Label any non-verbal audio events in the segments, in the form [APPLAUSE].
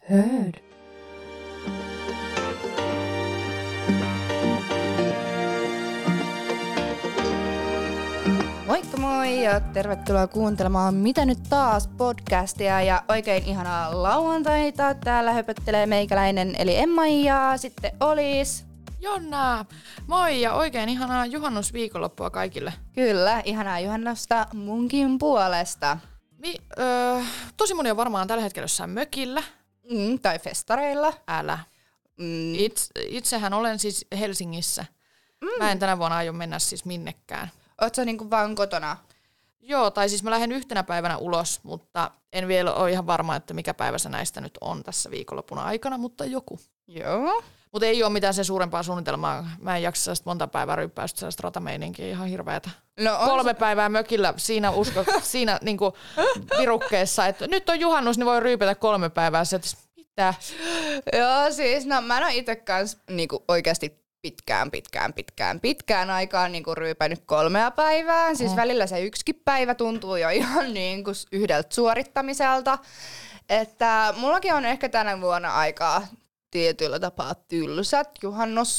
hörd. Moikka moi ja tervetuloa kuuntelemaan Mitä nyt taas podcastia ja oikein ihanaa lauantaita. Täällä höpöttelee meikäläinen eli Emma ja sitten Olis. Jonna! Moi ja oikein ihanaa juhannusviikonloppua kaikille. Kyllä, ihanaa juhannusta munkin puolesta. Mi, öö, tosi moni on varmaan tällä hetkellä jossain mökillä. Mm, tai festareilla. Älä. Mm, Its, itsehän olen siis Helsingissä. Mm. Mä en tänä vuonna aio mennä siis minnekään. Oot sä niinku vaan kotona? Joo, tai siis mä lähden yhtenä päivänä ulos, mutta en vielä ole ihan varma, että mikä päivä se näistä nyt on tässä viikonlopun aikana, mutta joku. Joo. Mutta ei ole mitään sen suurempaa suunnitelmaa. Mä en jaksa sellaista monta päivää ryppäystä, sellaista ratameininkiä ihan hirveätä. No on kolme päivää mökillä siinä, usko, siinä niinku virukkeessa, että nyt on juhannus, niin voi ryypätä kolme päivää. Sä, että mitä? Joo, siis no mä en ole itse kanssa niinku oikeasti pitkään, pitkään, pitkään, pitkään aikaan niinku ryypänyt kolmea päivää. Siis mm. välillä se yksikin päivä tuntuu jo [LAUGHS] ihan niinku s- yhdeltä suorittamiselta. Että mullakin on ehkä tänä vuonna aikaa tietyllä tapaa tylsät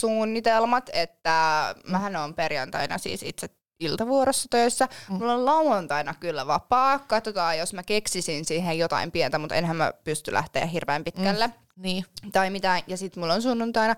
juhannussuunnitelmat, että mähän on perjantaina siis itse iltavuorossa töissä. Mulla on lauantaina kyllä vapaa. Katsotaan, jos mä keksisin siihen jotain pientä, mutta enhän mä pysty lähteä hirveän pitkälle Niin. tai mitään. Ja sitten mulla on sunnuntaina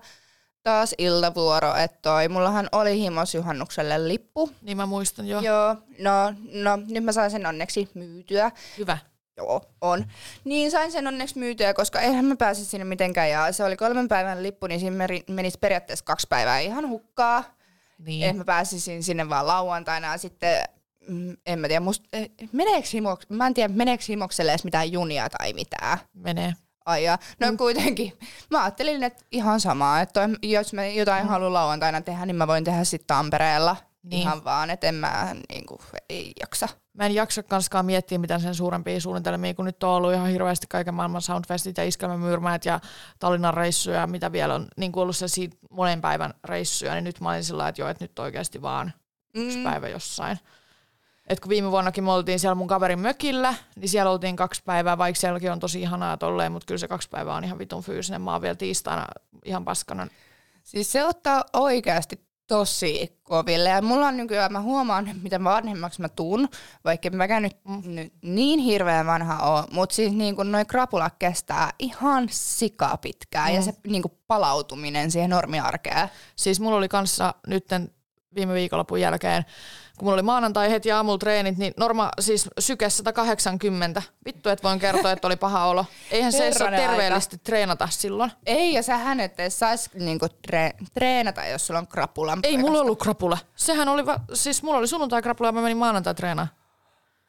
taas iltavuoro, että toi, mullahan oli himos juhannukselle lippu. Niin mä muistan jo. Joo. Joo, no, no nyt mä sain sen onneksi myytyä. Hyvä. Joo, on. Niin sain sen onneksi myytyä, koska eihän mä pääse sinne mitenkään. Ja se oli kolmen päivän lippu, niin siinä meri- menisi periaatteessa kaksi päivää ihan hukkaa. Niin. Niin. Eh mä pääsisin sinne vaan lauantaina ja sitten mm, en mä tiedä, must, eh, meneekö himoks, mä en tiedä, meneekö himokselle edes mitään junia tai mitään Menee. ajaa. No mm. kuitenkin. Mä ajattelin, että ihan samaa, että toi- jos mä jotain mm. haluan lauantaina tehdä, niin mä voin tehdä sitten Tampereella. Niin. Niin. Ihan vaan, että en mä niinku, ei jaksa. Mä en jaksa kanskaan miettiä mitään sen suurempia suunnitelmia, kun nyt on ollut ihan hirveästi kaiken maailman soundfestit ja iskelmämyyrmät ja Tallinnan reissuja ja mitä vielä on niin kuin ollut sellaisia monen päivän reissuja, niin nyt mä olin sillä lailla, että joo, että nyt oikeasti vaan yksi Mm. päivä jossain. Et kun viime vuonnakin me oltiin siellä mun kaverin mökillä, niin siellä oltiin kaksi päivää, vaikka sielläkin on tosi ihanaa tolleen, mutta kyllä se kaksi päivää on ihan vitun fyysinen. Mä oon vielä tiistaina ihan paskana. Siis se ottaa oikeasti tosi koville. Ja mulla on nykyään, mä huomaan, että miten vanhemmaksi mä tuun, vaikka en mäkään nyt, mm. nyt niin hirveän vanha ole, mutta siis niin kun noi krapulat kestää ihan sikapitkään mm. ja se niin kun palautuminen siihen normiarkeen. Siis mulla oli kanssa nytten viime viikonlopun jälkeen, kun mulla oli maanantai heti aamulla treenit, niin norma siis syke 180. Vittu, et voin kertoa, että oli paha olo. Eihän se edes ole Herranen aika. terveellisesti treenata silloin. Ei, ja sähän et edes saisi niinku tre- treenata, jos sulla on krapula. Ei mulla ollut krapula. Sehän oli, va- siis mulla oli sunnuntai krapula ja mä menin maanantai treenaan.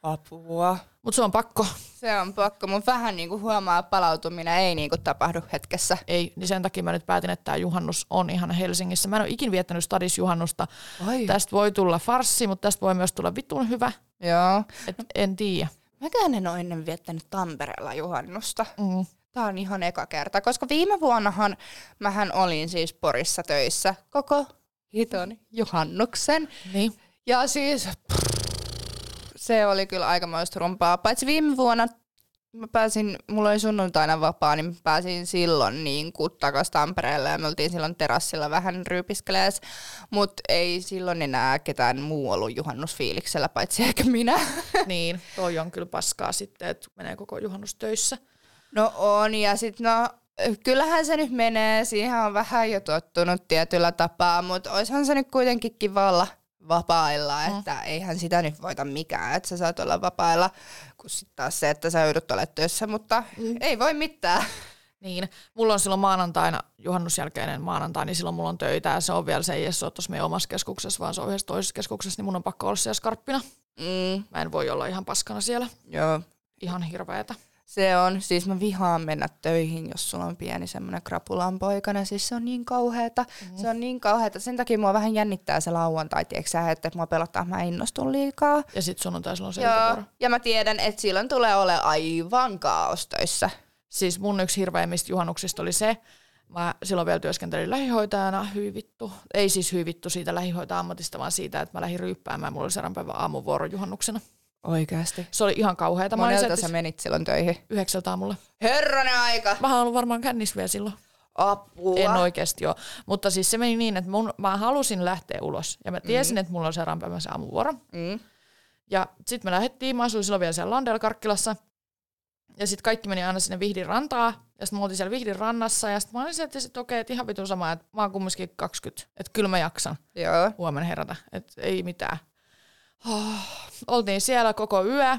apua. Mutta se on pakko. Se on pakko, mun vähän niinku huomaa, että palautuminen ei niinku tapahdu hetkessä. ei, niin sen takia mä nyt päätin, että tämä juhannus on ihan Helsingissä. Mä en ole ikin viettänyt stadisjuhannusta. Ai. Tästä voi tulla farsi, mutta tästä voi myös tulla vitun hyvä. Joo. Et en tiedä. Mäkään en ole ennen viettänyt Tampereella juhannusta. Mm. Tämä on ihan eka kerta, koska viime vuonnahan mähän olin siis Porissa töissä koko hiton juhannuksen. Niin. Ja siis pff, se oli kyllä aikamoista rumpaa. Paitsi viime vuonna mä pääsin, mulla oli sunnuntaina vapaa, niin mä pääsin silloin niin kuin takas Tampereelle ja me oltiin silloin terassilla vähän ryypiskelees, mutta ei silloin enää ketään muu ollut juhannusfiiliksellä, paitsi ehkä minä. niin, toi on kyllä paskaa sitten, että menee koko juhannus töissä. No on, ja sitten no, kyllähän se nyt menee, siihen on vähän jo tottunut tietyllä tapaa, mutta oishan se nyt kuitenkin kivalla vapailla, että eihän sitä nyt voita mikään, että sä saat olla vapailla, kun sitten taas se, että sä joudut olemaan töissä, mutta mm. ei voi mitään. Niin. Mulla on silloin maanantaina, juhannusjälkeinen maanantai, niin silloin mulla on töitä ja se on vielä se, ei edes ole tuossa meidän omassa keskuksessa, vaan se on yhdessä toisessa keskuksessa, niin mun on pakko olla siellä skarppina. Mm, Mä en voi olla ihan paskana siellä. joo, Ihan hirveetä. se on, siis mä vihaan mennä töihin, jos sulla on pieni semmoinen krapulan poikana, siis se on niin kauheeta, mm. se on niin kauheeta, sen takia mua vähän jännittää se lauantai, tiedätkö sä, että mua pelottaa, mä innostun liikaa. Ja sit sunnuntai sulla on se Joo, iltavuoro. ja mä tiedän, että silloin tulee ole aivan kaos töissä. Siis mun yksi hirveimmistä juhannuksista oli se, mä silloin vielä työskentelin lähihoitajana, hyvin vittu. Ei siis hyvin vittu siitä lähihoitaja-ammatista, vaan siitä, että mä lähdin ryyppäämään. Mulla oli sadan päivän aamuvuoro juhannuksena. Oikeasti. Se oli ihan kauheata. Mä olin Monelta sä se, menit silloin töihin. yhdeksältä aamulla. Herranen aika! Mä oon ollut varmaan kännissä vielä silloin. Apua! En oikeasti ole. Mutta siis se meni niin, että mun, mä halusin lähteä ulos. Ja mä tiesin, että mulla on seuraavan päivän se aamuvuoro. Mm. Ja sitten me lähdettiin, mä asuin silloin vielä siellä Landel-Karkkilassa. Ja sitten kaikki meni aina sinne Vihdin rantaa. Ja sitten me oltiin siellä Vihdin rannassa. Ja sitten mä olin sieltä, että sit, okei, että ihan vitun sama, että mä oon kumminkin 20. Että kyllä mä jaksan Joo. huomenna herätä. Että ei mitään. Oh. Oltiin siellä koko yö.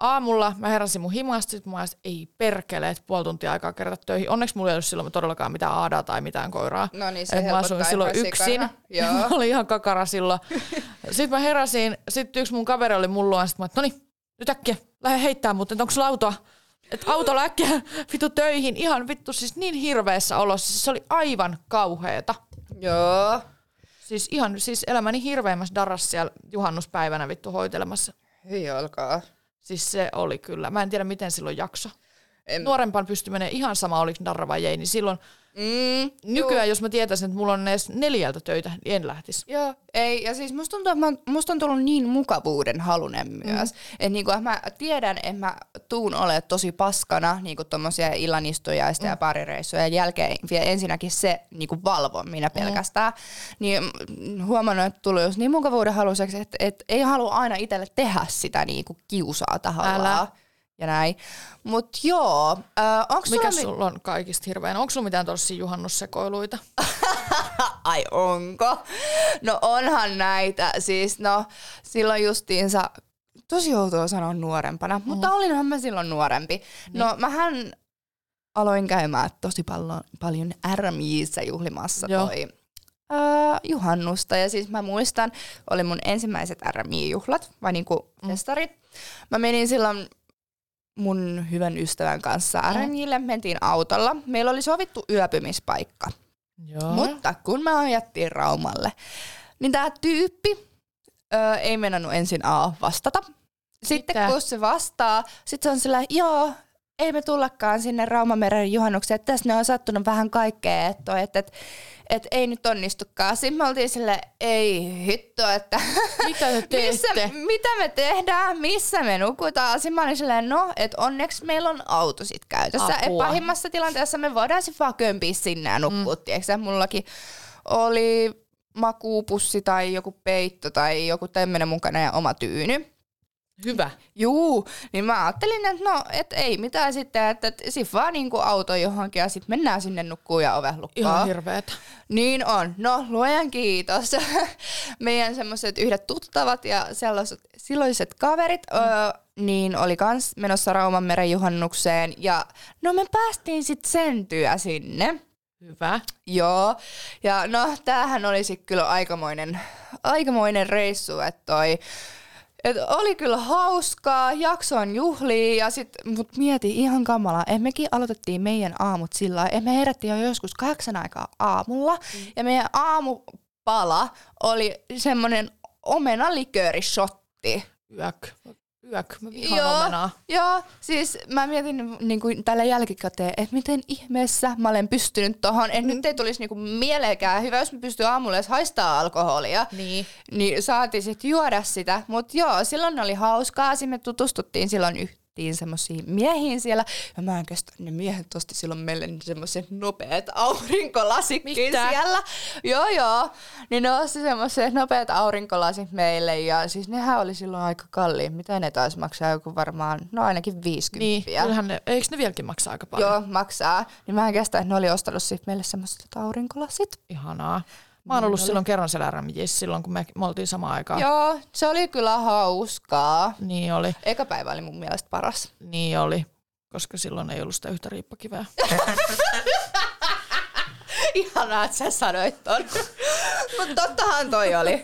Aamulla mä heräsin mun himasta, sit mä olin, että ei perkele, että puoli tuntia aikaa kerätä töihin. Onneksi mulla ei ollut silloin todellakaan mitään aadaa tai mitään koiraa. No niin, se Et mä helpottaa asuin silloin ihan yksin. sikana. Joo. Joo. Mä olin ihan kakara silloin. Sitten mä heräsin, sitten yksi mun kaveri oli mulla luona, sitten mä että no niin, nyt äkkiä, lähde heittää mut, että onko sulla autoa? Että autolla äkkiä [LAUGHS] vittu töihin, ihan vittu siis niin hirveässä olossa, siis se oli aivan kauheeta. Joo. Siis ihan siis elämäni hirveimmässä darassa siellä juhannuspäivänä vittu hoitelemassa. Hyi olkaa. Siis se oli kyllä. Mä en tiedä, miten silloin jakso. En- En... Nuorempaan pystyi menemään ihan sama, oliko darra vai ei, niin silloin Mm. nykyään, jos mä tietäisin, että mulla on edes neljältä töitä, niin en lähtisi. Joo, ei. Ja siis musta, tuntuu, että mä oon- musta on tullut niin mukavuuden halunen myös. Mm. Että niinku, mä tiedän, että mä tuun ole tosi paskana niinku tommosia illanistujaista mm. ja parireissuja jälkeen. Vielä ensinnäkin se niinku valvominen pelkästään. Niin mm, huomannut, että tullut just niin mukavuuden haluseksi, että et ei halua aina itselle tehdä sitä niinku kiusaa tahallaan. Älä. Ja näin. Mut joo, äh, onko sulla... Mikä mi- sulla on kaikista hirveän? Onko sulla mitään tuollaisia juhannussekoiluita? Ai onko? No onhan näitä. Siis no silloin justiinsa, tosi outoa sanoa nuorempana, mutta mm. olinhan mä silloin nuorempi. Niin. No mähän aloin käymään tosi pallo, paljon RMJissä juhlimassa Joo. Joo. toi öö, juhannusta. Ja siis mä muistan, oli mun ensimmäiset RMI-juhlat, vai niinku mm. festarit. Mä menin silloin mun hyvän ystävän kanssa RMJille, mentiin autolla. Meillä oli sovittu yöpymispaikka. Joo. Mutta kun mä ajettiin Raumalle, niin tämä tyyppi ö, ei mennänyt ensin A vastata. Sitten Mitä? kun se vastaa, sitten se on sillä, joo, ei me tullakaan sinne Raumameren juhannukseen, että tässä ne on sattunut vähän kaikkea, että et, et, et, ei nyt onnistukaan. Sitten me oltiin sille, ei hitto, että Mitä te teette? missä, mitä me tehdään, missä me nukutaan. Sitten mä olin silleen, no, että onneksi meillä on auto sit käytössä. Et Apua. pahimmassa tilanteessa me voidaan sit vaan kömpiä sinne ja nukkua, mm. tiiäksä. Mullakin oli makuupussi tai joku peitto tai joku tämmönen mukana ja oma tyyny. Hyvä. Juu, niin mä ajattelin, että no, et ei mitään sitten, että et sit vaan niinku auto johonkin ja sit mennään sinne nukkuu ja ove lukkoon. Ihan hirveetä. Niin on. No, luojan kiitos. [LAUGHS] Meidän semmoiset yhdet tuttavat ja sellaiset silloiset kaverit mm. öö, niin oli kans menossa Raumanmeren juhannukseen. Ja no me päästiin sitten sentyä sinne. Hyvä. Joo. Ja no, tämähän oli sitten kyllä aikamoinen, aikamoinen reissu, että toi et oli kyllä hauskaa, jaksoin juhlia ja sit, mut mieti ihan kamala, et mekin aloitettiin meidän aamut sillä lailla, et me herättiin jo joskus kahdeksan aikaa aamulla mm. ja meidän aamupala oli semmonen omenaliköörishotti. Yök. Yök. Mä vihaan omenaa. joo, siis mä mietin niin kuin tällä jälkikäteen, että miten ihmeessä mä olen pystynyt tohon. Et Mm. nyt ei tulisi niin mieleenkään hyvä, jos mä pystyn aamulla edes haistaa alkoholia. Niin. Niin saatiin sitten juoda sitä. Mutta joo, silloin oli hauskaa. Sitten me tutustuttiin silloin yhtiin semmoisiin miehiin siellä. Ja mä en kestä, ne miehet osti silloin meille niin semmoiset nopeat aurinkolasitkin Mitä? siellä. Joo, joo. Niin ne osti semmoiset nopeat aurinkolasit meille. Ja siis nehän oli silloin aika kalliit. Mitä ne taisi maksaa? Joku varmaan, no ainakin 50. Niin. Kyllähän ne, eikö ne vieläkin maksaa aika paljon? Joo, maksaa. Niin mä en kestä, että ne oli ostanut sit meille semmoiset aurinkolasit. Ihanaa. Mä oon ollut silloin kerran siellä RMJissä silloin, kun me, me oltiin samaan aikaan. Niin Joo, se oli kyllä hauskaa. Niin oli. Eka päivä oli mun mielestä paras. Niin oli. Koska silloin ei ollut sitä yhtä riippakiveä. [LAUGHS] Ihanaa, että sä sanoit [LAUGHS] ton. Mutta tottahan toi oli.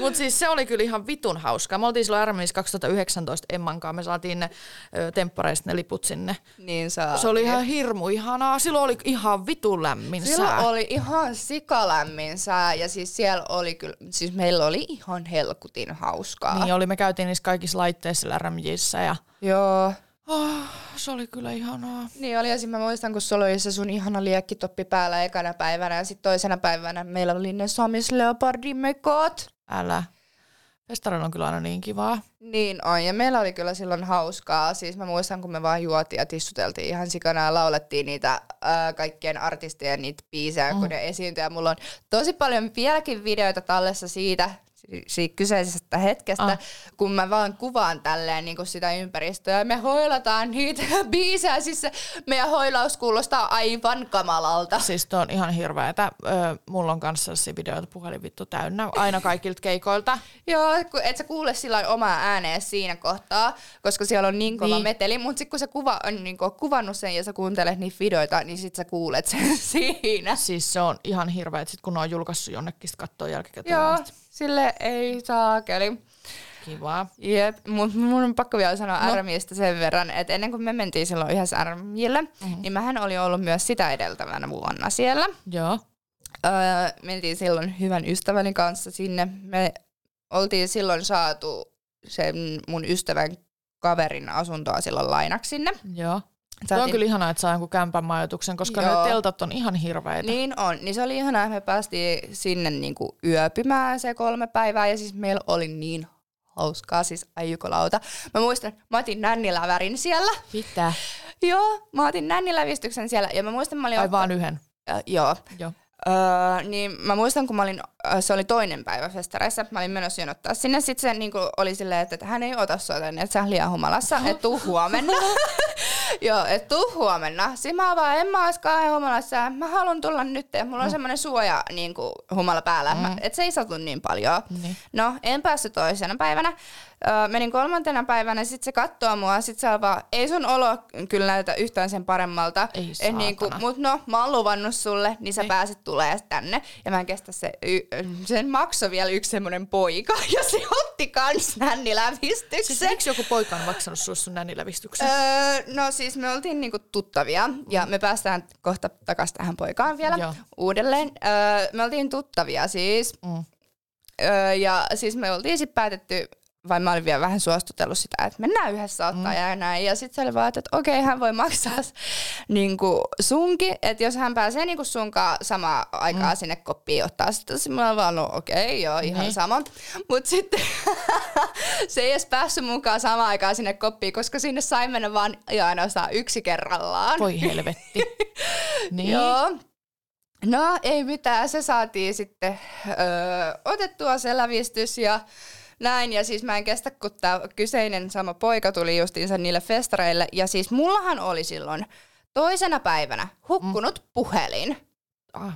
Mutta siis se oli kyllä ihan vitun hauskaa. Me oltiin silloin RMIs 2019 Emman kanssa. Me saatiin ne ö, temppareista ne liput sinne. niin saa. Se oli ihan hirmu ihanaa. Silloin oli ihan vitun lämmin Silloin sää. oli ihan sikalämmin sää ja siis siellä oli kyllä, siis meillä oli ihan helkutin hauskaa. Niin oli, me käytiin niissä kaikissa laitteissa siellä RMJissä ja Joo. oh, se oli kyllä ihanaa. Niin oli, ja sit mä muistan, kun sulla oli se sun ihana liekkitoppi päällä ekana päivänä, ja sit toisena päivänä meillä oli ne Samis Leopardin mekot. Älä. Festareilla on kyllä aina niin kivaa. Niin on, ja meillä oli kyllä silloin hauskaa. Siis mä muistan, kun me vaan juotiin ja tissuteltiin ihan sikana ja laulettiin niitä ää, kaikkien artistien niitä biisejä, mm. kun ne esiintyi. Ja mulla on tosi paljon vieläkin videoita tallessa siitä, si- siitä kyseisestä hetkestä, Ah. ah. kun mä vaan kuvaan tälleen niin kuin sitä ympäristöä. Ja me hoilataan niitä [LAUGHS] biisejä, siis se meidän hoilaus kuulostaa aivan kamalalta. Siis toi on ihan hirveetä. Öö, mulla on kanssa sellaisia videoita puhelin vittu täynnä aina kaikilta keikoilta. Joo, kun et sä kuule sillä omaa ääneen siinä kohtaa, koska siellä on niin kova Niin. niin. meteli, mutta sitten kun sä kuva, on niin kun kuvannut sen ja sä kuuntelet niitä videoita, niin sit sä kuulet sen [LAUGHS] siinä. Siis se on ihan hirveet, sit kun ne on julkaissut jonnekin, sit kattoo jälkikäteen. niin Joo, vasta. sille ei saakeli. Kivaa. Jep, mutta mun on pakko vielä sanoa No. no. RMistä sen verran, että ennen kuin me mentiin silloin yhdessä RMille, mm-hmm. niin mähän oli ollut myös sitä edeltävänä vuonna siellä. Joo. Öö, mentiin silloin hyvän ystäväni kanssa sinne. Me oltiin silloin saatu sen mun ystävän kaverin asuntoa silloin lainaksi sinne. Joo. Toi on Saatiin- kyllä ihanaa, että saa jonkun kämpän majoituksen, koska Joo. Joo. ne teltat on ihan hirveitä. Niin on. Niin se oli ihanaa, että me päästiin sinne niinku yöpymään se kolme päivää. Ja siis meillä oli niin hauskaa, siis ajukolauta. Mä muistan, mä otin nännilävärin siellä. Mitä? Joo, mä otin nännilävistyksen siellä. Ja mä muistan, mä olin... Ai vaan yhden. Äh, joo. Joo. Öö, niin mä muistan, kun mä olin, ö, se oli toinen päivä festareissa, mä olin menossa jonottaa sinne. Sitten se niin oli silleen, että, että hän ei ota sua tänne, että sä oot liian humalassa, että tuu [LAUGHS] huomenna. Joo, et tuu huomenna. Siis mä oon vaan, en mä ois kauhean humalassa, ja mä haluan tulla nyt, ja Mm. mulla on semmoinen suoja niin kuin, humala päällä, mm. että se ei satu niin paljon. Niin. No, en päässyt toisena päivänä. Öö, menin kolmantena päivänä, sit se kattoo mua, sit se on vaan, ei sun olo kyllä näytä yhtään sen paremmalta. Ei Et niinku, saatana. mut no, mä oon luvannut sulle, niin sä pääset tulee tänne. Ja mä en kestä se, y- sen makso vielä yksi semmonen poika, [LAUGHS] ja se otti kans nännilävistyksen. Siis miksi joku poika on maksanut sulle sun nännilävistyksen? Öö, no siis me oltiin niinku tuttavia ja me päästään kohta takaisin tähän poikaan vielä Joo. Joo. uudelleen. Öö, me oltiin tuttavia siis. Mm. Mm. Öö, ja siis me oltiin sitten päätetty, vai mä olin vielä vähän suostutellut sitä, että mennään yhdessä ottaa mm. ja näin. Ja sitten se oli vaan, että et okei hän voi maksaa s- niinku sunkin, että jos hän pääsee niinku sunkaan samaan aikaan mm. sinne koppiin ottaa. Sitten mä olin vaan, no okei joo ihan Niin. sama. Mutta sitten se ei edes päässyt mukaan samaan aikaan sinne koppiin, koska sinne sai mennä vaan ja ainoastaan yksi kerrallaan. [LAUGHS] Voi helvetti. niin. Joo. No ei mitään, se saatiin sitten öö, otettua se lävistys ja näin. Ja siis mä en kestä, kun tämä kyseinen sama poika tuli justiinsa niille festareille. Ja siis mullahan oli silloin toisena päivänä hukkunut Mm. puhelin. Ah.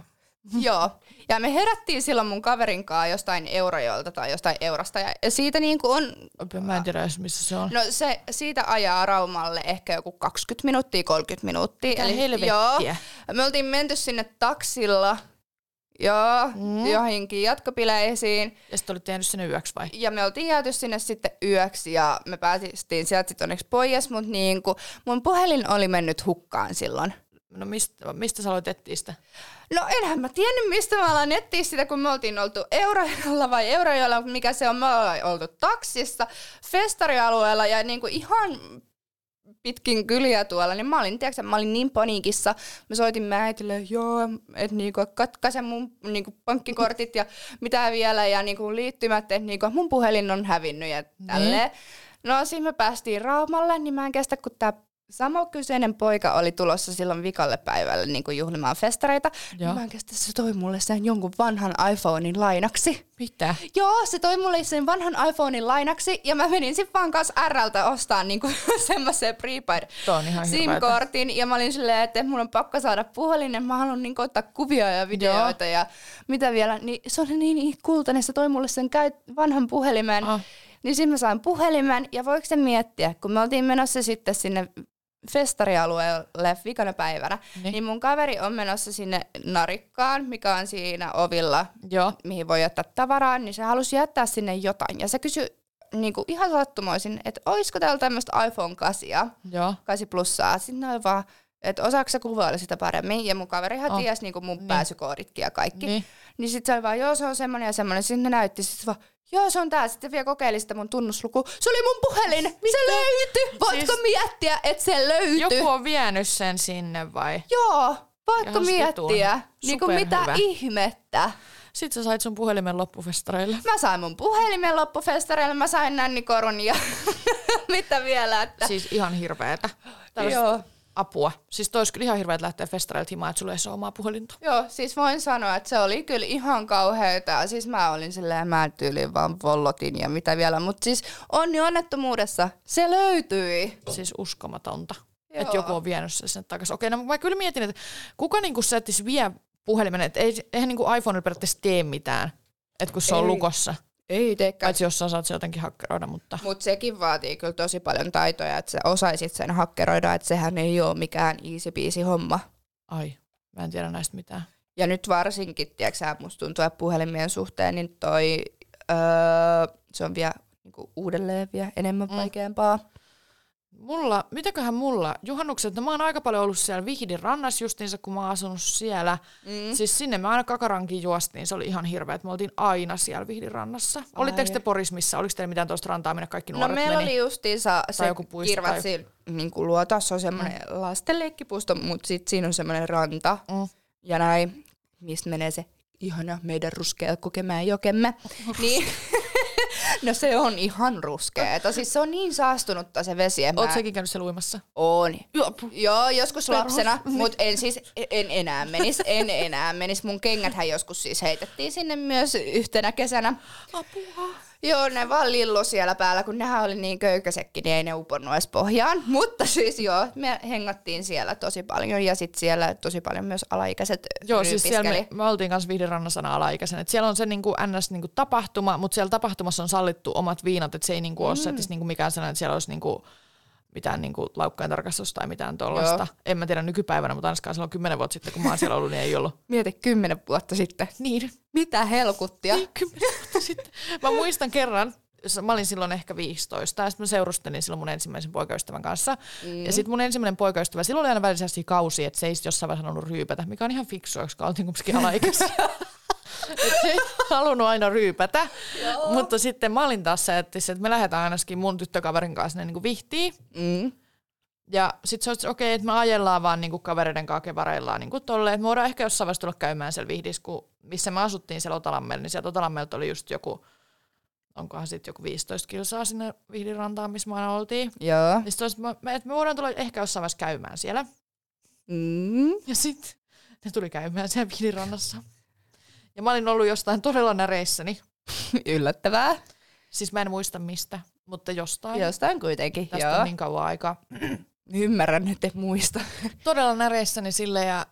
Joo. Ja me herättiin silloin mun kaverin kanssa jostain eurojolta tai jostain eurasta. Ja siitä niin kuin on Oppa, Mä en tiedä edes, missä se on. No se, siitä ajaa Raumalle ehkä joku 20 minuuttia, 30 minuuttia. Mitä helvettiä? Joo, me oltiin menty sinne taksilla joo, Mm. mm. johonkin jatkopileisiin. Ja sitten olit tehnyt sinne yöksi vai? Ja me oltiin jääty sinne sitten yöksi ja me päästiin sieltä sitten onneksi pois, mutta niin kuin mun puhelin oli mennyt hukkaan silloin. No mistä, mistä sä aloit etsiä sitä? No enhän mä tiennyt, mistä mä alan etsiä sitä, kun me oltiin oltu euroilla vai euroilla, mikä se on. Me ollaan oltu taksissa, festarialueella ja niinku ihan pitkin kyliä tuolla, niin mä olin, tiiäksä, mä olin niin paniikissa. Mä soitin mä äitille, joo, että niinku, katkaise mun niinku, pankkikortit ja mitä vielä ja niinku, liittymät, että niinku, mun puhelin on hävinnyt ja tälleen. No siis me päästiin Raumalle, niin mä en kestä, kun tää sama kyseinen poika oli tulossa silloin vikalle päivälle niin kuin juhlimaan festareita. Joo. Joo. Mä en kestä, se toi mulle sen jonkun vanhan iPhonein lainaksi. Mitä? Joo, se toi mulle sen vanhan iPhonein lainaksi ja mä menin sitten vaan kanssa RLtä ostaa niinku [LAUGHS] semmoisen prepaid Toi on ihan hirveetä. SIM-kortin ja mä olin silleen, että mun on pakko saada puhelin, että mä haluan niinku ottaa kuvia ja videoita ja mitä vielä. Niin se oli niin kultainen, se toi mulle sen käyt- vanhan puhelimen. Ah. Niin sitten mä sain puhelimen ja voiko se miettiä, kun me oltiin menossa sitten sinne festarialueelle vikana päivänä, Niin. niin. niin mun kaveri on menossa sinne narikkaan, mikä on siinä ovilla, Joo. mihin voi jättää tavaraa, niin se halusi jättää sinne jotain. Ja se kysyi niinku ihan sattumoisin, että olisiko täällä tämmöistä iPhone 8, Joo. 8 plussaa. Sitten noin vaan, että osaako sä kuvailla sitä paremmin. Ja mun kaverihan Oh. oh. tiesi niinku mun Niin. niin. pääsykooditkin ja kaikki. Niin. Niin sit se oli vaan, joo se on semmonen ja semmonen. Sitten ne näytti, sit se vaan, joo se on tää. Sitten vielä kokeili sitä mun tunnusluku. Se oli mun puhelin, Mitä? se löytyi. Voitko Siis- siis... miettiä, että se löytyi? Joku on vienyt sen sinne vai? Joo, voitko Ihan miettiä? vitun. Niinku mitä Superhyvä. ihmettä? Sitten sä sait sun puhelimen loppufestareille. Mä sain mun puhelimen loppufestareille, mä sain nännikorun ja [LAUGHS] mitä vielä, että... Siis ihan hirveetä. Tällaista Joo. apua. Siis toi olisi kyllä ihan hirveet lähteä festareilta himaan, että sulla ei ole omaa puhelinta. Joo, siis voin sanoa, että se oli kyllä ihan kauheeta. Siis mä olin silleen, mä tyyliin vaan vollotin ja mitä vielä. Mutta siis onni onnettomuudessa se löytyi. Siis uskomatonta. Joo. Että joku on vienyt sen sinne takaisin. Okei, no mä kyllä mietin, että kuka niinku settis vie puhelimen, että ei, eihän niinku iPhone periaatteessa tee mitään, että kun se on Ei. lukossa. Ei teekään. Paitsi jossain saat se jotenkin hakkeroida, mutta Mutta sekin vaatii kyllä tosi paljon taitoja, että sä osaisit sen hakkeroida, että sehän ei ole mikään easy biisi homma. ai, mä en tiedä näistä mitään. Ja nyt varsinkin, tiedätkö sä, musta tuntuu, että puhelimien suhteen, niin toi, öö, se on vielä niinku uudelleen vielä enemmän Mm. vaikeampaa. Mulla, mitäköhän mulla, juhannukset, no mä oon aika paljon ollut siellä Vihdin rannassa justiinsa, kun mä oon asunut siellä. Mm. Siis sinne me aina kakarankiin juostiin, se oli ihan hirveä, että me oltiin aina siellä Vihdin rannassa. Olitteko te Porissa missä, oliko teillä mitään tuosta rantaa, minne kaikki No nuoret meillä meni? oli justiinsa se joku puisto tai- kirvatsin niin kuin luotassa on semmoinen mm. lastenleikkipuisto, mutta sitten siinä on semmoinen ranta Mm. ja näin, mistä menee se ihana meidän ruskea kokemään [LAUGHS] jokemme. niin, no se on ihan ruskeeta. Siis se on niin saastunutta se vesi. en Oot mä- sekin käynyt siellä uimassa? on. Joo. Joo, joskus Perhos. [LAUGHS] lapsena, mutta en siis, en enää menis, en enää menis. Mun kengäthän joskus siis heitettiin sinne myös yhtenä kesänä. Apua. Joo, ne vaan lillu siellä päällä, kun nehän oli niin köykäsekki, niin ei ne uponnut edes pohjaan. [LAUGHS] Mutta siis joo, me hengattiin siellä tosi paljon ja sitten siellä tosi paljon myös alaikäiset Joo, siis siellä me, ryypiskeli. me oltiin kanssa Vihdin rannassa alaikäisen. Et siellä on se niinku ns. Niinku tapahtuma, mutta siellä tapahtumassa on sallittu omat viinat, että se ei niinku mm. ole se, että niinku mikään sellainen, että siellä olisi niinku mitään niinku laukkaan tarkastusta tai mitään tuollaista. En mä tiedä nykypäivänä, mutta ainakaan silloin kymmenen vuotta sitten, kun mä oon siellä ollut, niin ei ollut. Mieti kymmenen vuotta sitten. Niin, Mitä helkuttia? kymmenen vuotta sitten. Mä muistan kerran, s- mä olin silloin ehkä 15, ja sitten mä seurustelin silloin mun ensimmäisen poikaystävän kanssa. Mm. Ja sitten mun ensimmäinen poikaystävä, silloin oli aina välillä sellaisia kausia, että se ei sit jossain vaiheessa halunnut ryypätä, mikä on ihan fiksua, koska oltiin kumminkin alaikäisiä. Et se ei halunnut aina ryypätä. Mutta sitten mä olin taas se, että, se, että me lähdetään ainakin mun tyttökaverin kanssa sinne niin vihtiin. Mm. Ja sitten se olisi okei, okay, että me ajellaan vaan niinku kavereiden kanssa kevareillaan niinku tolleen. Et me voidaan ehkä jossain vaiheessa tulla käymään siellä vihdissä, kun missä me asuttiin siellä Otalammella, niin siellä Otalammelta oli just joku, onkohan sitten joku 15 kilsaa sinne vihdin rantaan, missä me aina oltiin. Joo. Niin sit olisi, me, et me voidaan tulla ehkä jossain vaiheessa käymään siellä. Mm. Ja sitten ne tuli käymään siellä vihdin rannassa. Ja mä olin ollut jostain todella näreissäni. Yllättävää. Siis mä en muista mistä, mutta jostain. Jostain kuitenkin, Tästä joo. on niin kauan aikaa. Ymmärrän, että et muista. todella näreissäni sille ja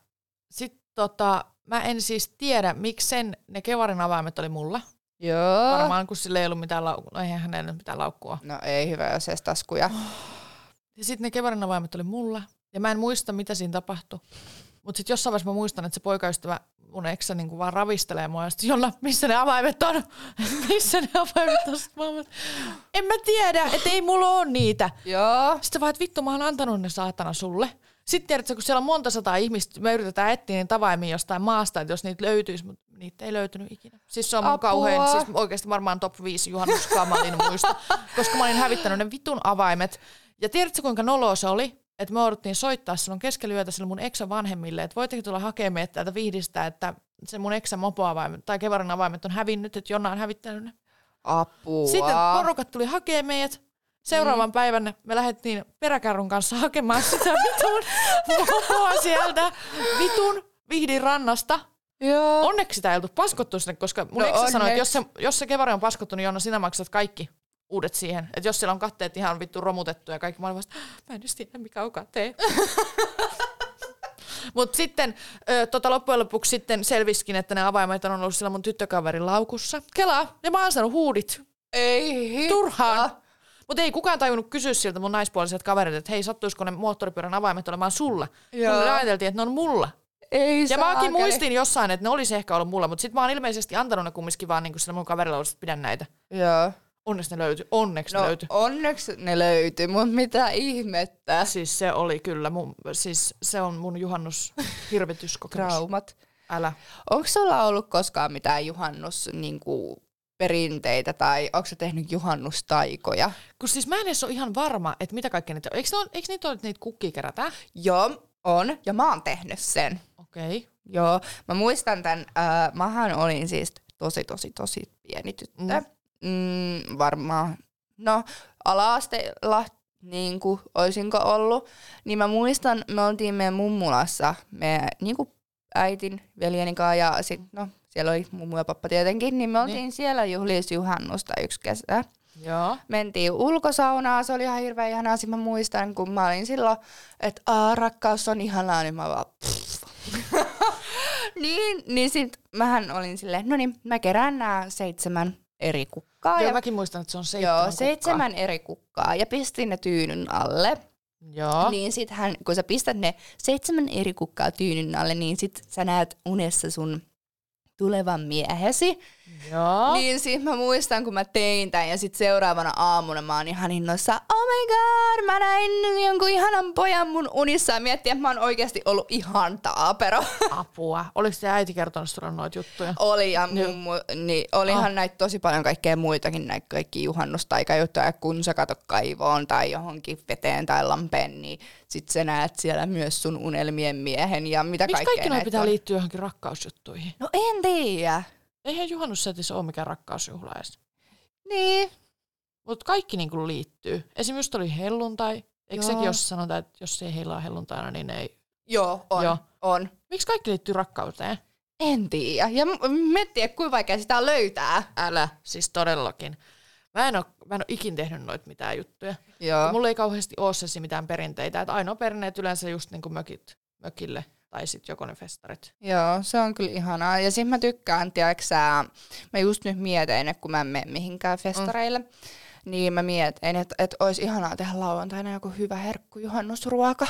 sit tota, mä en siis tiedä, miksi sen ne kevarin avaimet oli mulla. joo. Varmaan kun sillä ei ollut mitään lau- no eihän hänellä nyt mitään laukkua. No ei hyvä, jos edes taskuja. Ja sitten ne kevarin avaimet oli mulla. Ja mä en muista, mitä siinä tapahtui. Mutta sitten jossain vaiheessa mä muistan, että se poikaystävä, mun eksä niinku vaan ravistelee mua. Ja sit, Jonna, missä ne avaimet on? [LAUGHS] missä ne avaimet on? Sit mä oon, en mä tiedä, että ei mulla ole niitä. Joo. Sitten vaan, että vittu, mä oon antanut ne saatana sulle. Sitten tiedätkö, kun siellä on monta sataa ihmistä, me yritetään etsiä niitä avaimia jostain maasta, että jos niitä löytyisi, mutta niitä ei löytynyt ikinä. Siis se on mun Apua. kauhean, siis oikeasti varmaan top 5 juhannuskamalin muista, [LAUGHS] koska mä olin hävittänyt ne vitun avaimet. Ja tiedätkö, kuinka noloa se oli? että me jouduttiin soittaa silloin keskellä yötä sille mun eksän vanhemmille, että voitteko tulla hakemaan meitä täältä vihdistä, että se mun eksän mopoavaimet tai kevarin avaimet on hävinnyt, että Jonna on hävittänyt ne. Apua. Sitten porukat tuli hakemaan meidät. Seuraavan mm. päivän me lähdettiin peräkärrun kanssa hakemaan [LAUGHS] sitä vitun mopoa sieltä vitun vihdin rannasta. Joo. Onneksi sitä ei oltu paskottu sinne, koska mun No no eksä sanoi, että jos onneksi. se, jos se kevari on paskottu, niin Jonna, sinä maksat kaikki uudet siihen. Että jos siellä on katteet ihan vittu romutettu ja kaikki, mä olin vasta, mä en edes tiedä, mikä [LAUGHS] on kattee. Mutta sitten ö, tota, loppujen lopuksi sitten selviskin, että ne avaimet on ollut sillä mun tyttökaverin laukussa. Kelaa, ne mä oon saanut huudit. Ei hitto. Turhaan. Mutta ei kukaan tajunnut kysyä siltä mun naispuoliset kaverit, että hei, sattuisiko ne moottoripyörän avaimet olemaan sulla? Joo. Joo. Kun ne ajateltiin, että ne on mulla. Ei Ja saakeli. mäkin muistin jossain, että ne olisi ehkä ollut mulla, mutta sit mä oon ilmeisesti antanut ne kumminkin vaan niin sillä mun kaverilla olisi, että pidän näitä. Joo. Onneksi ne löytyi, onneksi No ne löytyi. onneksi ne löytyi, mutta mitä ihmettä. Siis se oli kyllä, mun, siis se on mun juhannus hirvityskokemus. Traumat. Älä. Onko sulla ollut koskaan mitään juhannus niin kuin, perinteitä tai onko sä tehnyt juhannustaikoja? Kun siis mä en edes ole ihan varma, että mitä kaikkea niitä on. Eikö, ne ole, eikö niitä ole, että niitä kukkia kerätään? Joo, on. Ja mä oon tehnyt sen. Okei. Okay. Joo, mä muistan tämän, äh, mähän olin siis tosi tosi tosi pieni tyttö. Mm. Mm, varmaan, no ala-asteella niin kuin, olisinko ollut, niin mä muistan, me oltiin meidän mummulassa, me niin kuin äitin, veljeni kanssa ja sit, no, siellä oli mummu ja pappa tietenkin, niin me oltiin niin. siellä juhlissa juhannusta yksi kesä. Joo. Mentiin ulkosaunaan, se oli ihan hirveän ihanaa, sit mä muistan, kun mä olin silloin, että Aa, rakkaus on ihanaa, niin mä vaan pff. [LAUGHS] niin, niin sit mähän olin silleen, no niin, mä kerään nämä seitsemän eri kukkaa. Joo, ja mäkin muistan, että se on seitsemän Joo, kukkaa. seitsemän eri kukkaa ja pistin ne tyynyn alle. Joo. Niin. Niin sit hän, kun sä pistät ne seitsemän eri kukkaa tyynyn alle, niin sit sä näet unessa sun tulevan miehesi. Joo. Oh. Niin. Niin sit mä muistan, kun mä tein tän ja sit seuraavana aamuna mä oon ihan innoissa, oh my god, mä näin jonkun ihanan pojan mun unissa ja miettiä, että mä oon oikeasti ollut ihan taapero. [LAUGHS] Apua. Oliko se äiti kertonut sulle noita juttuja? Oli ja mummu, niin olihan oh. näitä tosi paljon kaikkea muitakin, näitä kaikki juhannustaikajuttuja, kun sä katot kaivoon tai johonkin veteen tai lampeen, niin sit sä näet siellä myös sun unelmien miehen ja mitä Miksi kaikkea kaikki noin näitä pitää on. liittyä johonkin rakkausjuttuihin? No en tiedä. Eihän juhannussetissä ole mikään rakkausjuhla edes. Niin. Mutta kaikki niinku liittyy. Esimerkiksi just oli helluntai. Joo. Eikö sekin, jos sanotaan, että jos ei heillä ole helluntaina, niin ei. Joo, on. Joo. Joo. on. Miksi kaikki liittyy rakkauteen? En tiedä. Ja m- mä en tiedä, kuinka vaikea sitä on löytää. Älä, siis todellakin. Mä en ole, mä en ole ikin tehnyt noita mitään juttuja. Joo. Mulla ei kauheasti ole se mitään perinteitä. Et ainoa perinneet yleensä just niinku mökit mökille tai sitten joko ne festarit. Joo, se on kyllä ihanaa. Ja sitten mä tykkään, tiedätkö sä, mä just nyt mietin, että kun mä en mene mihinkään festareille, mm. niin mä mietin, että, että olisi ihanaa tehdä lauantaina joku hyvä herkkujuhannusruoka.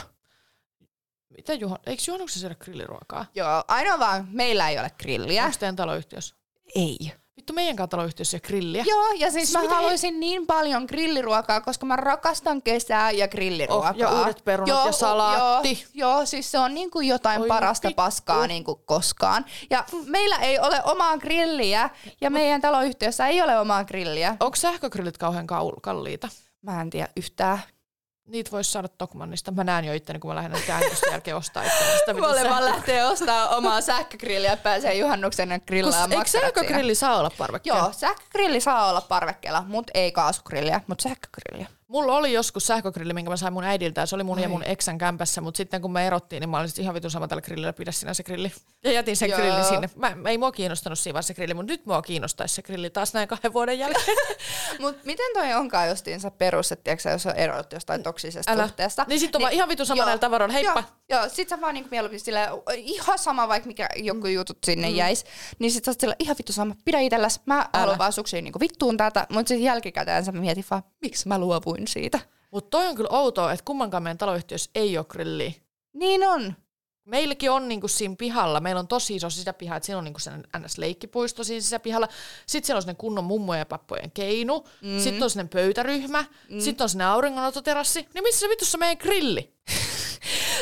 Mitä juhon, eikö juhannuksessa syödä grilliruokaa? Joo, ainoa vaan, meillä ei ole grilliä. Onko teidän taloyhtiössä? Ei. Vittu meidän kanssa taloyhtiössä ei ole grilliä. Joo, ja siis, Siis mä mitä he- haluaisin niin paljon grilliruokaa, koska mä rakastan kesää ja grilliruokaa. Oh, ja uudet perunat ja u- salaatti. Joo, joo, siis se on niin kuin jotain Oi Oi, parasta vittu. paskaa niin kuin koskaan. Ja meillä ei ole omaa grilliä, ja meidän taloyhtiössä ei ole omaa grilliä. Onko sähkögrillit kauhean kaul- kalliita? Mä en tiedä yhtään. Niitä voisi saada Tokmannista. Mä näen jo itteni, kun mä lähden käännystä jälkeen ostaa itteni. Sitä Mä vitun olen sähkö- vaan lähtee ostaa omaa sähkögrilliä ja pääsee juhannuksena Kun- grillaamaan Eikö makkarat siinä. sähkögrilli saa olla parvekkeen? Joo, sähkögrilli saa olla parvekkeella, mutta ei kaasugrilliä, mutta [LAUGHS] sähkögrilliä. Mulla oli joskus sähkögrilli, minkä mä sain mun äidiltä, ja se oli mun Ai. ja Ai. mun eksän kämpässä, mutta sitten kun me erottiin, niin mä olin sit ihan vitun sama tällä grillillä, pidä sinä se grilli. Ja jätin sen Joo. grillin sinne. Mä, mä ei mua kiinnostanut siinä vaan se grilli, mutta nyt mua kiinnostaisi se grilli taas näin kahden [LAUGHS] vuoden jälkeen. Mut miten toi onkaan justiinsa perus, että tiiäksä, jos on erot jostain toksisesta Älä. suhteesta? Niin sit on vaan ihan vitun sama näillä tavaroilla, heippa. Joo, joo sit sä vaan niinku mieluummin sillä ihan sama, vaikka mikä joku jutut sinne mm. jäis, niin sit sä oot sillä ihan vittu sama, pidä itselläs, mä Älä. haluan vaan suksiin niinku vittuun tätä, mut sit jälkikäteen sä mietit vaan, miksi mä luovuin siitä. Mutta toi on kyllä outoa, että kummankaan meidän taloyhtiössä ei ole grilliä. Niin on. Meilläkin on niinku siinä pihalla, meillä on tosi iso sisäpiha, että siinä on niinku sen NS-leikkipuisto siinä sisäpihalla. Sitten siellä on sinne kunnon mummojen ja pappojen keinu. Mm. Sitten on sinne pöytäryhmä. Mm. Sitten on sinne auringonototerassi. Niin missä se vitussa meidän grilli?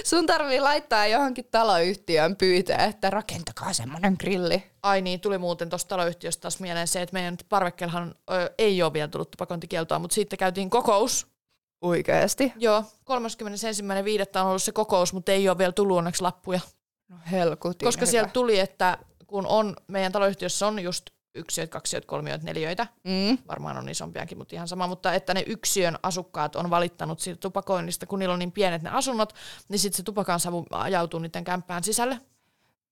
Sun tarvii laittaa johonkin taloyhtiöön pyytää, että rakentakaa semmonen grilli. Ai niin, tuli muuten tuosta taloyhtiöstä taas mieleen se, että meidän parvekkeellahan ö, ei ole vielä tullut tupakointikieltoa, mutta sitten käytiin kokous. Oikeesti. Joo, 31.5. on ollut se kokous, mutta ei ole vielä tullut onneksi lappuja. No helkutin Koska hyvä. siellä tuli, että kun on, meidän taloyhtiössä on just yksiöt, kaksiöt, kolmiöt, neljöitä, Mm. varmaan on isompiakin, mutta ihan sama, mutta että ne yksiön asukkaat on valittanut siitä tupakoinnista, kun niillä on niin pienet ne asunnot, niin sitten se tupakan savu ajautuu niiden kämppään sisälle.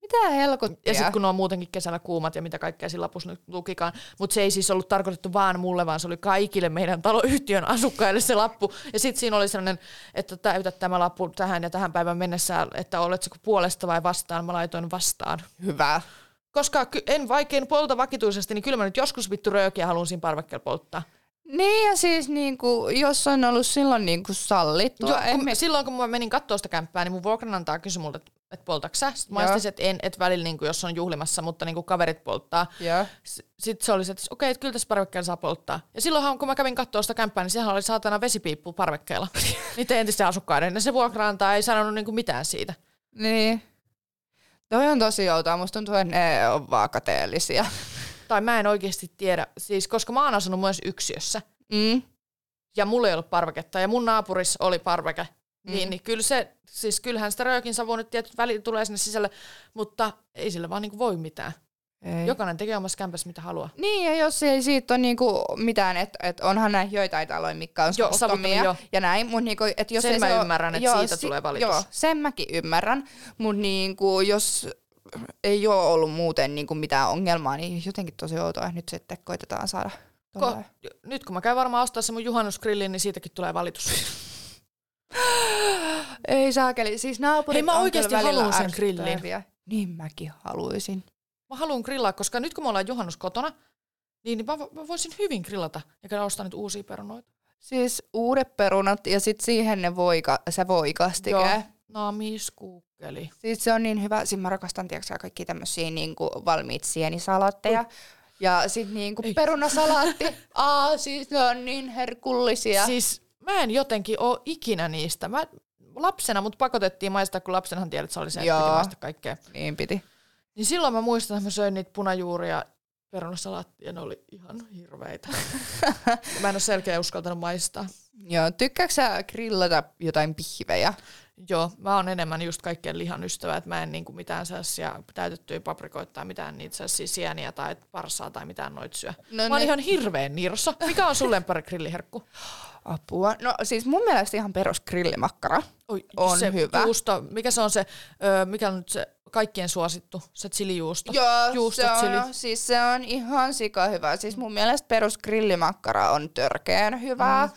Mitä Ja helkuttia? sitten kun ne on muutenkin kesällä kuumat ja mitä kaikkea sillä lapussa nyt lukikaan, mutta se ei siis ollut tarkoitettu vaan mulle, vaan se oli kaikille meidän taloyhtiön asukkaille se lappu. Ja sitten siinä oli sellainen, että täytä tämä lappu tähän ja tähän päivän mennessä, että oletko puolesta vai vastaan. Mä laitoin vastaan. Hyvä. Koska ky- en vaikein polta vakituisesti, niin kyllä mä nyt joskus vittu röökiä haluan siinä parvekkeella polttaa. Niin ja siis niinku, jos on ollut silloin niinku sallittua. Joo, en kun, mä- me... Silloin kun mä menin katsoa sitä kämppää, niin mun vuokranantaja kysyi multa, että et poltaks sä? Sitten mä Joo. vastasin, että en, että välillä niin jos on juhlimassa, mutta niin kaverit polttaa. Joo. S- Sitten se oli se, että okei, okay, kyllä tässä parvekkeella saa polttaa. Ja silloinhan kun mä kävin katsoa sitä kämppää, niin sehän oli saatana vesipiippu parvekkeella. [LAUGHS] Niiden entisten asukkaiden. Ja se vuokranantaja ei sanonut niin mitään siitä. Niin. Toi on tosi outoa. Musta tuntuu, että ne on vaan kateellisia. Tai mä en oikeasti tiedä. Siis koska mä oon asunut myös yksiössä. Mm. Ja mulla ei ollut parveketta. Ja mun naapurissa oli parveke. Mm. Mhm. Niin, niin kyllä se, siis kyllähän sitä röökin savua nyt tietyt välit tulee sinne sisälle, mutta ei sille vaan niinku voi mitään. Ei. Jokainen tekee omassa kämpässä mitä haluaa. Niin, ja jos ei siitä ole niinku mitään, että et onhan näin joitain taloja, mitkä on Joo, savuttomia savuttomia, joo. ja näin, mut niinku, et jos Sen ei mä se oo- ymmärrän, et siitä tulee valitus. Joo, sen mäkin ymmärrän, mutta niinku, jos ei ole ollut muuten niinku mitään ongelmaa, niin jotenkin tosi outoa, että nyt sitten koitetaan saada Ko- Ko- nyt kun mä käyn varmaan ostaa sen mun juhannusgrillin, niin siitäkin [LAUGHS] tulee valitus. Ei saakeli, siis naapurit Hei, mä on oikeesti kyllä välillä haluun sen ärsyttäviä. grillin. Niin mäkin haluaisin. Mä haluan grillaa, koska nyt kun me ollaan juhannus kotona, niin mä, vo- mä voisin hyvin grillata ja käydä ostamaan nyt uusia perunoita. Siis uudet perunat ja sit siihen ne voika, se voikastike. Joo. Naamiskuukkeli. Siis se on niin hyvä. Siis mä rakastan tiiäksä, kaikki tämmöisiä niinku valmiit sienisalatteja. Ja sit niinku [LAUGHS] Ei. perunasalaatti. Aa, siis ne on niin herkullisia. Si- Siis mä en jotenkin oo ikinä niistä. Mä, lapsena mut pakotettiin maistaa, kun lapsenahan tiedät, se oli se, että Joo. piti maistaa kaikkea. niin piti. Niin silloin mä muistan, että mä söin niitä punajuuria perunasalaattia, ja ne oli ihan [LAUGHS] hirveitä. mä en ole selkeä uskaltanut maistaa. Joo, tykkääks sä grillata jotain pihvejä? Joo, mä oon enemmän just kaikkien lihan ystävä, että mä en niinku mitään sellaisia täytettyjä paprikoita tai mitään niitä sellaisia sieniä tai parsaa tai mitään noit syö. No mä oon ne- ihan hirveen nirso. Mikä on [LAUGHS] sun lempari grilliherkku? Apua. No siis mun mielestä ihan perus grillimakkara. Oi, On se hyvä. Juusto, mikä se on se, ö, mikä on nyt se kaikkien suosittu, se chilijuusto? Joo, Juustot, se on, silit. siis se on ihan sika hyvä. Siis mun mielestä perus grillimakkara on törkeen hyvää. Mm.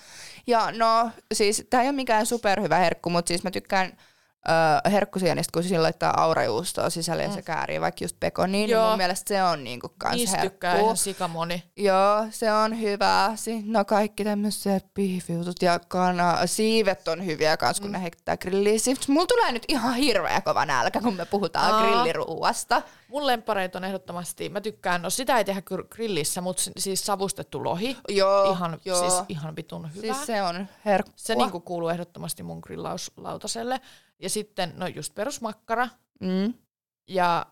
Ja no, siis tää ei ole mikään superhyvä herkku, mutta siis mä tykkään äh, herkkusienistä, kun siinä laittaa aurajuustoa sisälle mm. ja se käärii vaikka just pekoniin, niin Joo. mun mielestä se on niinku kans Niistä herkku. tykkää ihan sikamoni. Joo, se on hyvää. Si- No kaikki tämmöiset pihviutut ja kana, siivet on hyviä kans, kun mm. ne heittää grilliin. Siis Mulla tulee nyt ihan hirveä kova nälkä, kun me puhutaan Aa. grilliruuasta. Mun lempareita on ehdottomasti, mä tykkään, no sitä ei tehdä kyr- grillissä, mutta siis savustettu lohi. Joo, ihan, joo. Siis ihan vitun hyvä. Siis se on herkkua. Se niinku kuuluu ehdottomasti mun grillauslautaselle. Ja sitten, no just perusmakkara. mm. Ja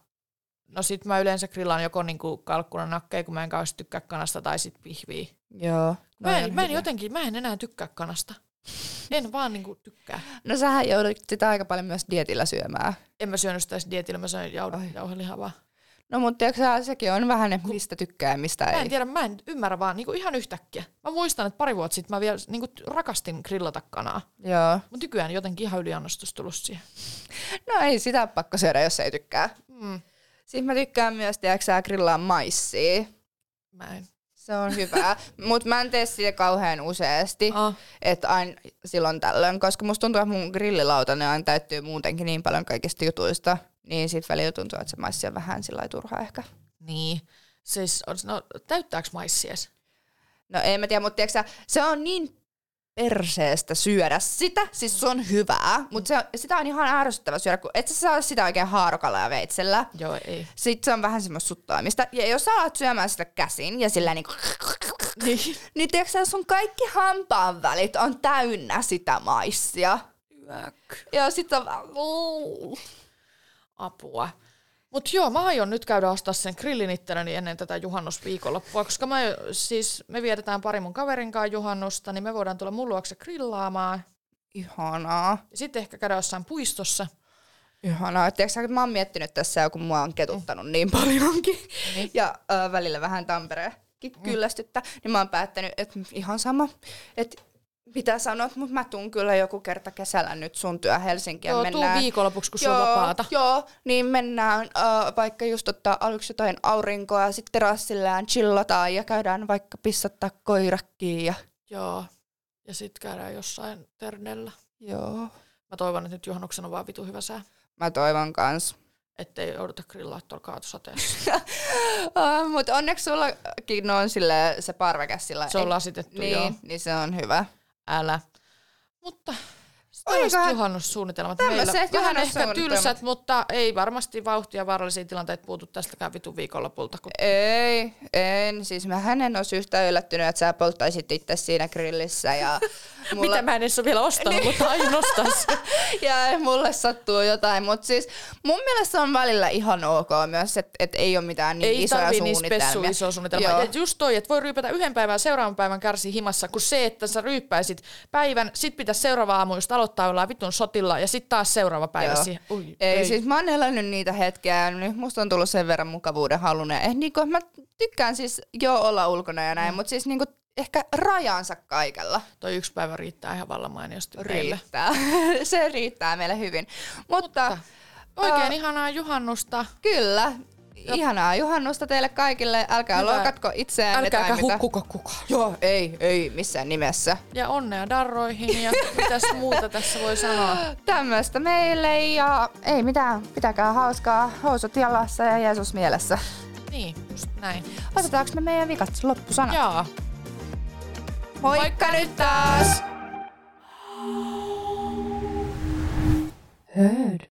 no sit mä yleensä grillaan joko niinku kalkkunan nakkeja, kun mä en kauheasti tykkää kanasta, tai sit pihviä. Joo. Mä noi en, on mä en hyviä. jotenkin, mä en enää tykkää kanasta. En vaan niinku tykkää. No sähän joudut sitä aika paljon myös dietillä syömään. En mä syönyt sitä edes dietillä, mä Ai. söin jau- jauhelihavaa. No mutta tiedätkö sä, sekin on vähän, että mistä tykkää ja mistä Mä ei. en tiedä, mä en ymmärrä vaan niinku ihan yhtäkkiä. Mä muistan, että pari vuotta sitten mä vielä niinku t- rakastin grillata kanaa. Joo. Mut nykyään jotenkin ihan yliannostus tullut siihen. No ei sitä ole pakko syödä, jos ei tykkää. Mm, Siis mä tykkään myös, tiedätkö sä, grillaa maissia. mä en. Se on [LAUGHS] hyvää, mutta mä en tee sitä kauhean useasti, Ah. että aina silloin tällöin, koska musta tuntuu, että mun grillilautani aina täyttyy muutenkin niin paljon kaikista jutuista, niin sit välillä tuntuu, että se maissi on vähän sillä lailla turhaa ehkä. Niin. Siis, on- no, täyttääks maissies? No en mä tiedä, mutta tiiäksä, se on niin perseestä syödä sitä, siis se on hyvää, mutta se, sitä on ihan ärsyttävä syödä, kun et sä saa sitä oikein haarukalla ja veitsellä. Joo, ei. [LAUGHS] Sitten se on vähän semmoista suttaamista. Ja jos sä alat syömään sitä käsin ja sillä niinku... Niin. Niin tiiäksä, sun kaikki hampaan välit on täynnä sitä maissia. Ja sit on vähän... Apua. Mut joo, mä aion nyt käydä ostaa sen grillin itselleni ennen tätä juhannusviikonloppua, koska mä, siis, me vietetään pari mun kaverin kanssa juhannusta, niin me voidaan tulla mun luokse grillaamaan. Ihanaa. Ja sitten ehkä käydä jossain puistossa. Ihanaa. Tiedätkö, mä oon miettinyt tässä, kun mua on ketuttanut niin paljonkin. Ja ö, välillä vähän Tampereen kyllästyttää. Niin mä oon päättänyt, että ihan sama. Että mitä sanot, mutta mä tuun kyllä joku kerta kesällä nyt sun työ Helsinkiin. ja joo, tuu mennään- viikonlopuksi, kun sulla on vapaata. Joo, niin mennään äh, vaikka just ottaa aluksi jotain aurinkoa ja sitten terassillaan chillataan ja käydään vaikka pissattaa koirakkiin ja Joo. Ja sitten käydään jossain ternellä. joo. Mä toivon, että nyt juhannuksena on vaan vitu hyvä sää, Mä toivon kans. ettei jouduta grillaa tuolla kaatosateessa. Äh, Mutta onneksi sullakin on sille se parveke sillä. Se on lasitettu, niin. joo. niin, niin, se on hyvä. Älä. Mutta Oikohan- tämmöiset juhannussuunnitelmat meillä. Tämmöiset Vähän ehkä juhannussuunnitelmat. tylsät, mutta ei varmasti vauhtia vaarallisiin tilanteet puutu tästäkään vitun viikonlopulta. Kun... Ei, en. Siis mä hänen olisi yhtään yllättynyt, että sä polttaisit itse siinä grillissä. Ja mulla, Niin. [LAUGHS] Mitä mä en edes ole vielä ostanut, mutta aion ostaa sen. ja mulle sattuu jotain. Mutta siis mun mielestä se on välillä ihan ok myös, että et ei ole mitään niin Ei isoja tarvii niissä pessu suunnitelmia. isoa suunnitelmaa. Joo. Ja just toi, että voi ryypätä yhden päivän seuraavan päivän kärsi himassa, kun se, että sä ryyppäisit päivän, sit pitäisi seuraava aamu just aloittaa kohtaa ollaan vitun sotilla ja sitten taas seuraava päivä Joo. siihen. Ui, Ei, ei, siis mä oon elänyt niitä hetkiä, niin musta on tullut sen verran mukavuuden halunen. Eh, niinku, mä tykkään siis jo olla ulkona ja Mm. näin, mutta siis niinku, ehkä rajansa kaikella Toi yksi päivä riittää ihan vallan mainiosti meille. riittää. [LAUGHS] Se riittää meille hyvin. Mutta, mutta. Oikein Ö, ihanaa juhannusta. kyllä, ihanaa juhannusta teille kaikille. Älkää Hyvä. loukatko itseään. Älkääkä hukkuko kukaan. Joo, ei, ei missään nimessä. Ja onnea darroihin ja mitäs muuta tässä [LAUGHS] voi sanoa. Tämmöistä meille ja ei mitään, pitäkää hauskaa housut jalassa ja Jeesus mielessä. Niin, just näin. Otetaanko me meidän vikat loppusana? Jaa. Moikka nyt taas!